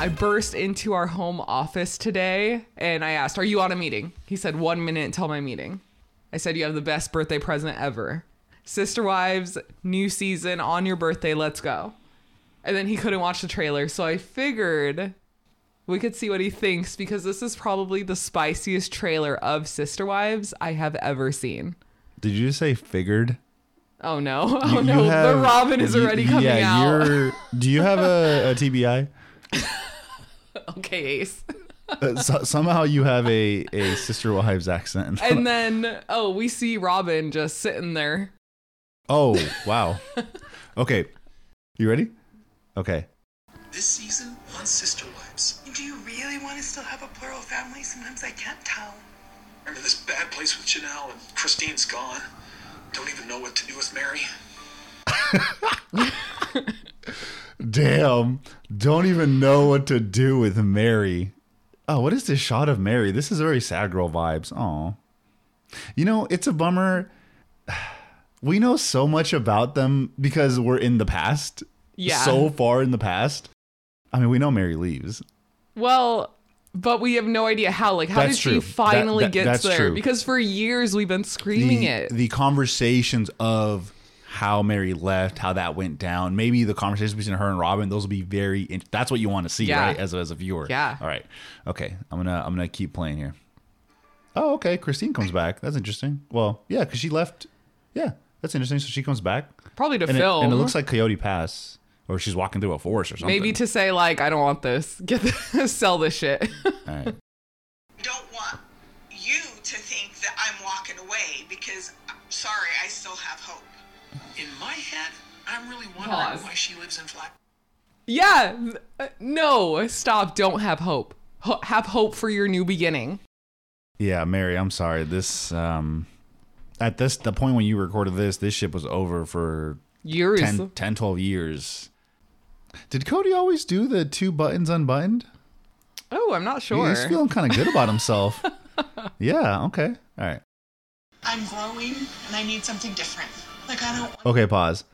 I burst into our home office today and I asked, Are you on a meeting? He said, One minute until my meeting. I said, You have the best birthday present ever. Sister Wives, new season on your birthday, let's go. And then he couldn't watch the trailer, so I figured we could see what he thinks because this is probably the spiciest trailer of Sister Wives I have ever seen. Did you say figured? Oh no. Oh You no. have- the Robin is you- already coming yeah, out. You're, do you have a, a TBI? Okay, Ace. Uh, so, somehow you have a, a sister wives accent. And then, oh, we see Robin just sitting there. oh wow. Okay, you ready? Okay. This season on Sister Wives. Do you really want to still have a plural family? Sometimes I can't tell. I'm in this bad place with Janelle, and Christine's gone. Don't even know what to do with Mary. Damn. Don't even know what to do with Mary. Oh, what is this shot of Mary? This is very sad girl vibes. Oh. You know, it's a bummer. We know so much about them because we're in the past. Yeah. So far in the past. I mean, we know Mary leaves. Well, but we have no idea how. Like, how That's did true. she finally That- that- get that's there? true. Because for years we've been screaming the, it. the conversations of how Mary left, how that went down. Maybe the conversations between her and Robin. Those will be very. In- that's what you want to see, Yeah. right? As a, as a viewer. Yeah. All right. Okay. I'm gonna I'm gonna keep playing here. Oh, okay. Christine comes back. That's interesting. Well, yeah, because she left. Yeah, that's interesting. So she comes back. Probably to and it, film. and it looks like Coyote Pass, or she's walking through a forest or something. Maybe to say like, I don't want this. Get the, sell this shit. All right. Don't want you to think that I'm walking away because, I'm sorry, I still have hope. In my head, I'm really wondering Pause. why she lives in Flat. yeah. th- uh, No. Stop. Don't have hope. Ho- have hope for your new beginning. Yeah, Mary. I'm sorry. This um, at this the point when you recorded this, this ship was over for Years. 10, 10 12 years. Did Cody always do the two buttons unbuttoned? Oh, I'm not sure. He's feeling kind of good about himself. yeah, okay. All right. I'm growing and I need something different. Like, I don't want Okay, pause.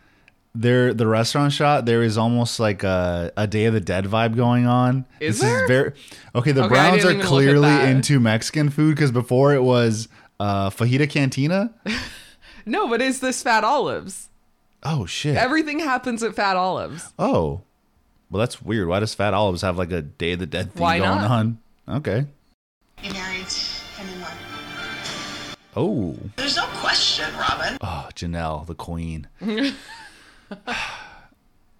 There the restaurant shot, there is almost like a, a Day of the Dead vibe going on. Is this is there? very Okay, the Okay, I Browns didn't are even look at clearly that. into Mexican food cuz before it was uh, fajita cantina. No, but is this Fat Olives? Oh shit. Everything happens at Fat Olives. oh. Well, that's weird. Why does Fat Olives have like a Day of the Dead thing Why going not? on? Okay. to be married anymore. Oh. There's no question, Robin. Oh, Janelle, the queen.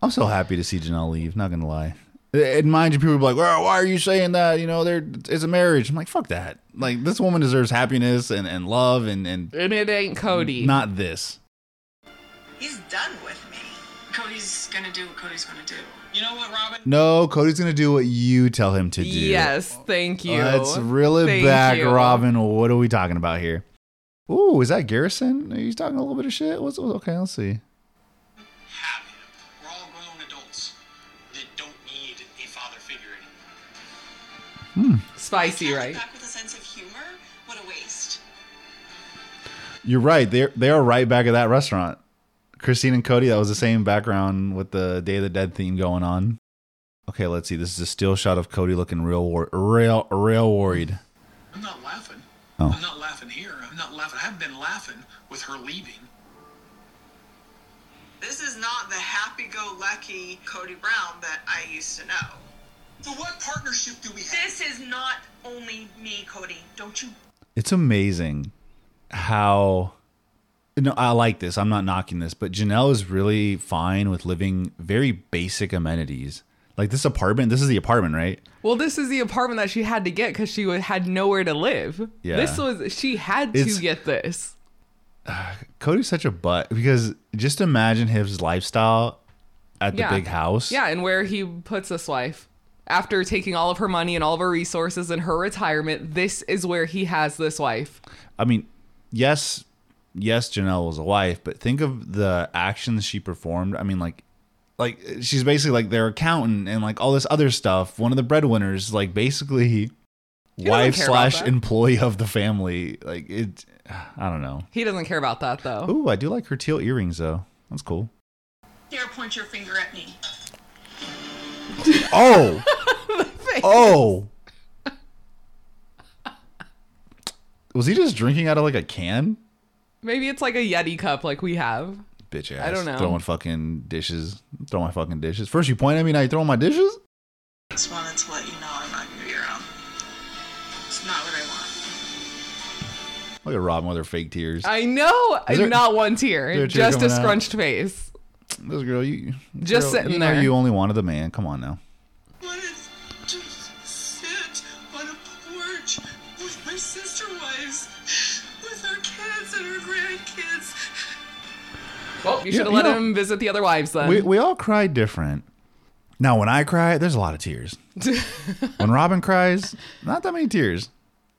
I'm so happy to see Janelle leave. Not gonna lie. And mind you, people be like, well, "Why are you saying that?" You know, there it's a marriage. I'm like, "Fuck that!" Like this woman deserves happiness and, and love and and And it ain't Cody. not this. He's done with me. Cody's gonna do what Cody's gonna do. You know what, Robin? No, Cody's gonna do what you tell him to do. yes, thank you. Let's reel it Thank back, you. Robin. What are we talking about here? Ooh, is that Garrison? Are you talking a little bit of shit? What's okay? Let's see. Have him. We're all grown adults that don't need a father figure anymore. Spicy, right? Back with a sense of humor? What a waste. You're right. They they are right back at that restaurant. Christine and Cody. That was the same background with the Day of the Dead theme going on. Okay, let's see. This is a still shot of Cody looking real wor- real real worried. I'm not laughing. Oh. I'm not laughing here. I'm not laughing. I haven't been laughing with her leaving. This is not the happy go lucky Cody Brown that I used to know. So what partnership do we have? This is not only me, Cody. Don't you It's amazing how no, I like this. I'm not knocking this, but Janelle is really fine with living very basic amenities. Like this apartment, this is the apartment, right? Well, this is the apartment that she had to get because she wa- had nowhere to live. Yeah. This was she had to It's- get this. Cody's such a butt because just imagine his lifestyle at the Yeah. big house. Yeah, and where he puts this wife after taking all of her money and all of her resources and her retirement, this is where he has this wife. I mean, yes, yes, Janelle was a wife, but think of the actions she performed. I mean, like, like she's basically like their accountant and like all this other stuff. One of the breadwinners, like basically wife care about slash that. employee of the family. Like it, I don't know. He doesn't care about that though. Ooh, I do like her teal earrings though. That's cool. dare point your finger at me. Oh, face. Oh. Was he just drinking out of like a can? Maybe it's like a Yeti cup like we have. Bitch ass. don't know. Throwing fucking dishes. Throwing fucking dishes. First you point at me, now you throwing my dishes? Just wanted to let you know I'm not gonna be around. It's not what I want. Look at Robin with her fake tears. I know. Is there- not one is there tear. a tear Just a coming out? scrunched face. This girl, you Just girl, sitting you know there. You only wanted the man. Come on now. Wanted to sit on a porch with my sister wives, with our kids and our grandkids. Well, you Yeah, should have you let know- him visit the other wives then. We we all cry different. Now when I cry, there's a lot of tears. when Robin cries, not that many tears.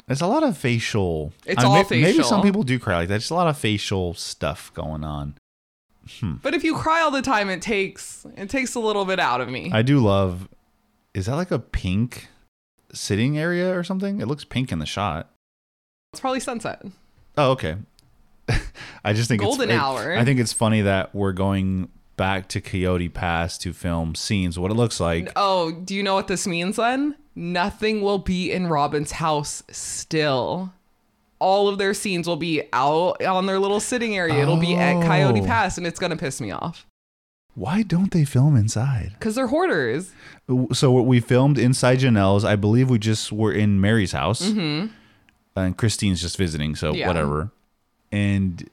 It's a lot of facial. It's all may- Maybe facial. some people do cry like that. Just a lot of facial stuff going on. but if you cry all the time, it takes it takes a little bit out of me. I do love. Is that like a pink sitting area or something? It looks pink in the shot. it's probably sunset. Oh, okay. I just think Golden it's, it- hour. I think it's funny that we're going back to Coyote Pass to film scenes. What it looks like. Oh, do you know what this means then? Nothing will be in Robin's house still. All of their scenes will be out on their little sitting area. It'll be at Coyote Oh. Pass, and it's gonna piss me off Why don't they film inside? because they're hoarders. So what we filmed inside Janelle's. I believe we just were in Mary's house, and Christine's just visiting. So Mm-hmm. Yeah. whatever. And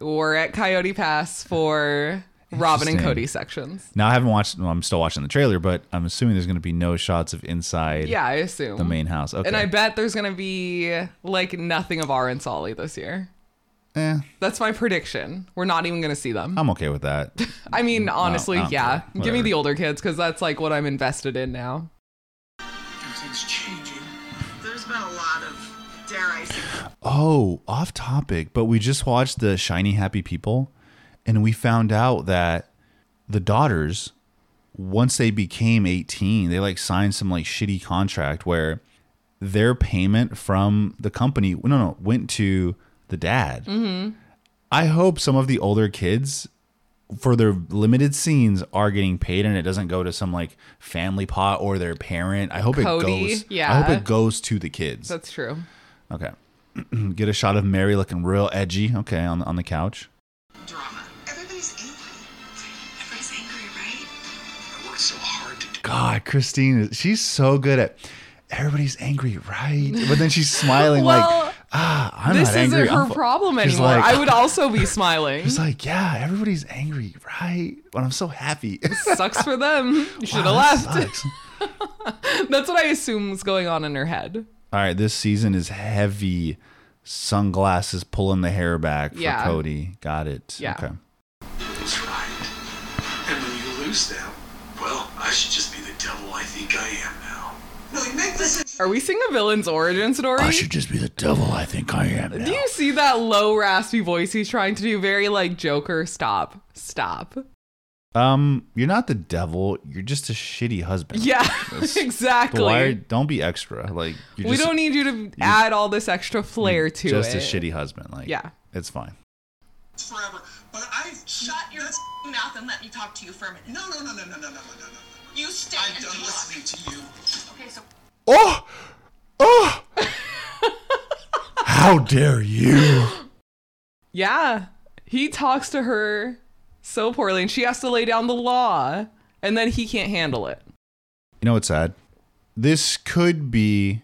We're at Coyote Pass for Robin and Interesting. Cody sections. now I haven't watched. Well, I'm still watching the trailer, but I'm assuming there's going to be no shots of inside Yeah, I assume. the main house. Okay. And I bet there's gonna be like nothing of Ar and Solly this year. Eh, That's my prediction. We're not even gonna see them. I'm okay with that. I mean, honestly, I don't yeah. care. Give me Um, Whatever. the older kids because that's like what I'm invested in now. Everything's changing. There's been a lot of, dare I say, Oh, off topic, but we just watched the Shiny Happy People and we found out that the daughters once they became 18, they like signed some like shitty contract where their payment from the company no no went to the dad. Mm-hmm. I hope some of the older kids for their limited scenes are getting paid and it doesn't go to some like family pot or their parent. I hope Cody, it goes I yeah. hope it goes to the kids. That's true. Okay. Get a shot of Mary looking real edgy. Okay, on on the couch. drama. Everybody's angry. Everybody's angry, right? I worked so hard to do. God, Christine, is- she's so good at. Everybody's angry, right? But then she's smiling Well, like, ah, I'm this not angry. isn't her I'm fu-" problem She's anymore. like- I would also be smiling. She's like, yeah, everybody's angry, right? But I'm so happy. Sucks for them. You should Wow, have that left. sucks. That's what I assume was going on in her head. All right, this season is heavy. Sunglasses pulling the hair back for Yeah. Cody. Got it. Yeah. Okay. That's right. And when you lose them, well, I should just be the devil I think I am now. No, you make this Are we seeing a villain's origin story? I should just be the devil. I think I am. Now. Do you see that low raspy voice he's trying to do? Very like Joker. Stop. Stop. Um, you're not the devil. You're just a shitty husband. Yeah, That's- exactly. Why don't be extra? Like you're we just, don't need you to add all this extra flair to just it. a shitty husband. Like Yeah. it's fine. forever. But I've Shut your mouth and let me talk to you for a minute. No, no, no, no, no, no, no, no, no, no. You stay I'm and done talk. listening to you. Okay, so Oh, oh! How dare you? Yeah. He talks to her so poorly and she has to lay down the law and then he can't handle it. You know what's sad? This could be.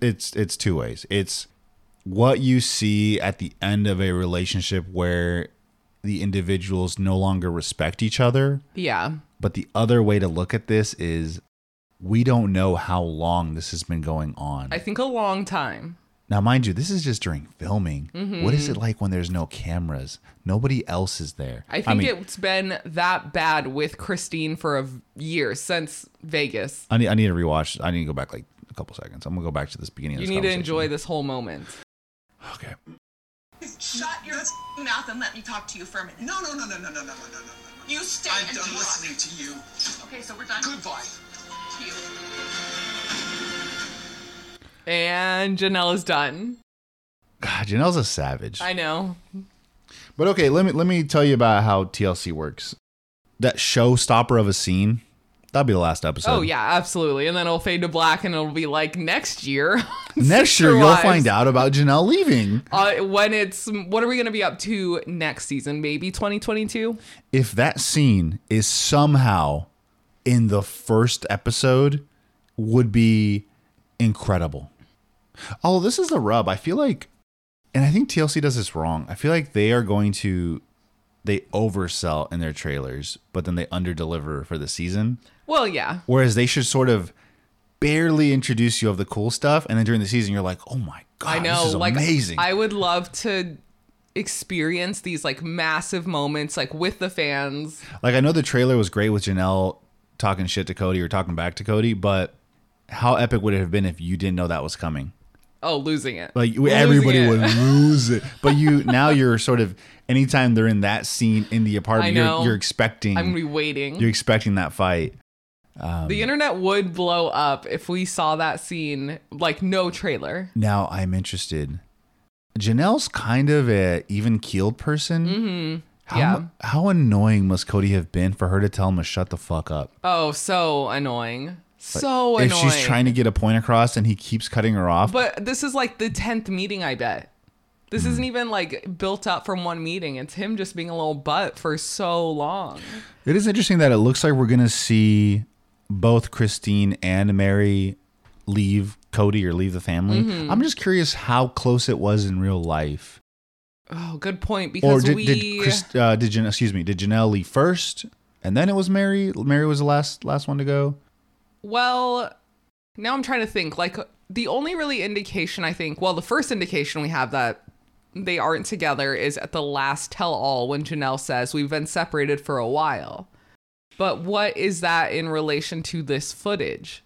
It's it's two ways. It's what you see at the end of a relationship where the individuals no longer respect each other Yeah. But the other way to look at this is we don't know how long this has been going on. I think a long time. now, mind you, this is just during filming. What is it like when there's no cameras? Nobody else is there. Mm-hmm. I think it's been that bad with Christine for a v- year since Vegas. I need, I need to rewatch. I need to go back like a couple seconds. I'm gonna go back to this beginning. Of You this need to conversation. enjoy this whole moment. Okay. shut your mouth and let me talk to you for a minute. No, no, no, no, no, no, no, no, no, no, no. You stay I'm and done talk. listening to you. Okay, so we're done. Goodbye. To you. And Janelle is done. God, Janelle's a savage. I know. But okay, let me let me tell you about how TLC works. That showstopper of a scene That'll be the last episode. Oh yeah, absolutely. And then it'll fade to black, and it'll be like next year. Next year, Sister you'll Wives. find out about Janelle leaving. Uh, when it's what are we gonna be up to next season? Maybe 2022. If that scene is somehow in the first episode, would be incredible. Oh, this is the rub. I feel like, and I think TLC does this wrong. I feel like they are going to, they oversell in their trailers, but then they underdeliver for the season. Well, yeah, Whereas they should sort of barely introduce you of the cool stuff, and then during the season, you're like, oh my god, I know. this is like amazing. I would love to experience these like massive moments like with the fans. Like I know the trailer was great with Janelle talking shit to Cody or talking back to Cody, but how epic would it have been if you didn't know that was coming? Oh, losing it. Like Losing everybody it. would lose it. But you now you're sort of anytime they're in that scene in the apartment, I you're, know. you're expecting I'm gonna be waiting. you're expecting that fight. the internet would blow up if we saw that scene like no trailer. Now I'm interested. Janelle's kind of a even keeled person. Mm-hmm. How, Yeah. mu- how annoying must Cody have been for her to tell him to shut the fuck up? Oh, so annoying. So if annoying. she's trying to get a point across and he keeps cutting her off, But this is like the tenth meeting, I bet. This isn't even like built up from one meeting. It's him just being a little butt for so long. It is interesting that it looks like we're gonna see both Christine and Mary leave Cody or leave the family. Mm-hmm. I'm just curious how close it was in real life, Oh, good point. or Because did we did, Chris, uh, did Jan- excuse me did Janelle leave first, and then it was Mary? Mary was the last last one to go. well, now I'm trying to think. Like the only really indication I think, well, the first indication we have that they aren't together is at the last tell-all when Janelle says we've been separated for a while. But what is that in relation to this footage?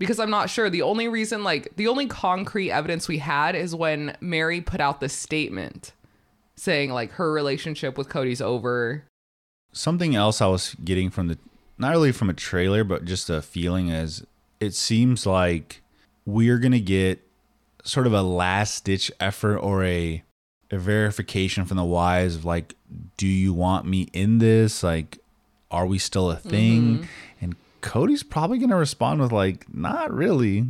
because I'm not sure. The only reason, like, the only concrete evidence we had is when Mary put out the statement saying, like, her relationship with Cody's over. Something else I was getting from the not really from a trailer, but just a feeling is it seems like we're gonna get sort of a last ditch effort or a a verification from the wives of like, do you want me in this? Like, are we still a thing? And Cody's probably gonna respond with like, not really.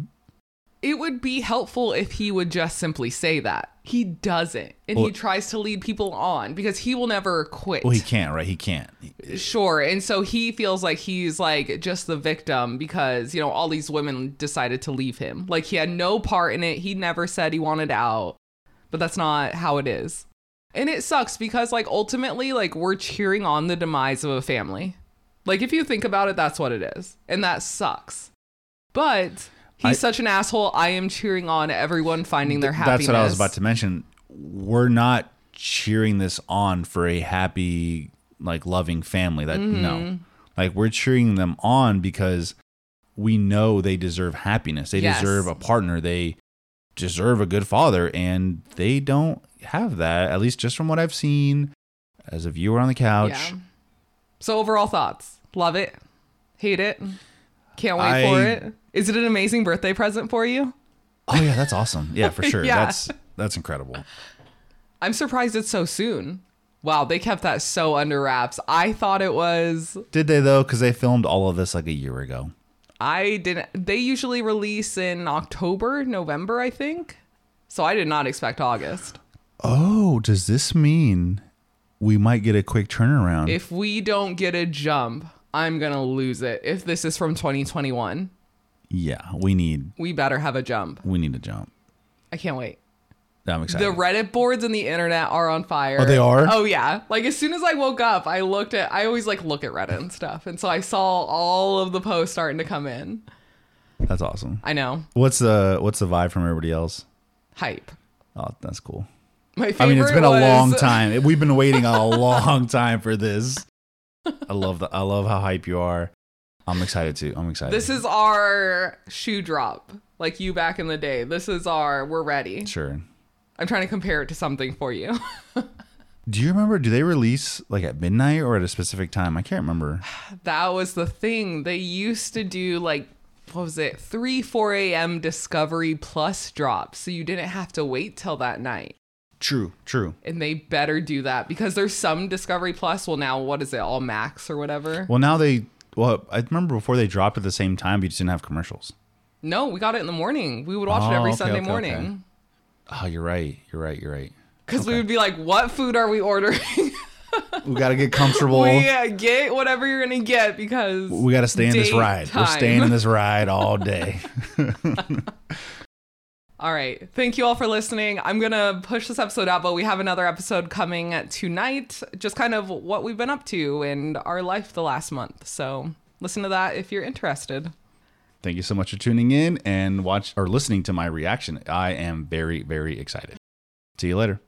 It would be helpful if he would just simply say that. He doesn't. And Well- he tries to lead people on because he will never quit. Well, he can't, right? He can't. Sure. And so he feels like he's like just the victim because, you know, all these women decided to leave him. Like he had no part in it. He never said he wanted out. But that's not how it is. And it sucks because like ultimately like we're cheering on the demise of a family. Like if you think about it, that's what it is. And that sucks. But he's I- such an asshole. I am cheering on everyone finding their Th- happiness. That's what I was about to mention. We're not cheering this on for a happy, like loving family. That Mm-hmm. no, like we're cheering them on because we know they deserve happiness. They Yes. deserve a partner. They deserve a good father, and they don't have that. At least just from what I've seen as a viewer on the couch. Yeah. So overall thoughts. Love it. Hate it. Can't wait I- for it. Is it an amazing birthday present for you? Oh yeah, that's awesome. Yeah, for sure. Yeah. That's that's incredible. I'm surprised it's so soon. Wow, they kept that so under wraps. I thought it was Did they though? Because they filmed all of this like a year ago. I didn't they usually release in October, November, I think. So I did not expect August. Oh, does this mean we might get a quick turnaround? If we don't get a jump, I'm going to lose it. If this is from 2021, yeah, we need we better have a jump. we need to jump. I can't wait. I'm excited. The Reddit boards and the internet are on fire. Oh, they are? Oh yeah. Like as soon as I woke up, I looked at I always like look at Reddit and stuff. And so I saw all of the posts starting to come in. that's awesome. I know. What's the what's the vibe from everybody else? Hype. Oh, that's cool. My favorite I mean, it's been a was- long time. We've been waiting a long time for this. I love the I love how hype you are. I'm excited too. I'm excited. This is our shoe drop. Like you back in the day. This is our we're ready. sure. I'm trying to compare it to something for you. Do you remember? Do they release like at midnight or at a specific time? I can't remember. that was the thing. They used to do like what was it? 3 4 a.m. Discovery Plus drops. So you didn't have to wait till that night. True. True. and they better do that because there's some Discovery Plus. Well, now what is it? All Max or whatever. Well, now they Well, I remember before they dropped at the same time, but you just didn't have commercials. No, we got it in the morning. We would watch it Oh, every okay, Sunday okay, okay. morning Oh, you're right. You're right. You're right. because we Okay. would be like, "What food are we ordering? We gotta get comfortable. we uh, get whatever you're gonna get because We gotta stay in this ride. We're staying in daytime." this ride all day. All right. Thank you all for listening. I'm going to push this episode out, but we have another episode coming tonight, just kind of what we've been up to and our life the last month. So listen to that if you're interested. Thank you so much for tuning in and watch or listening to my reaction. I am very, very excited. See you later.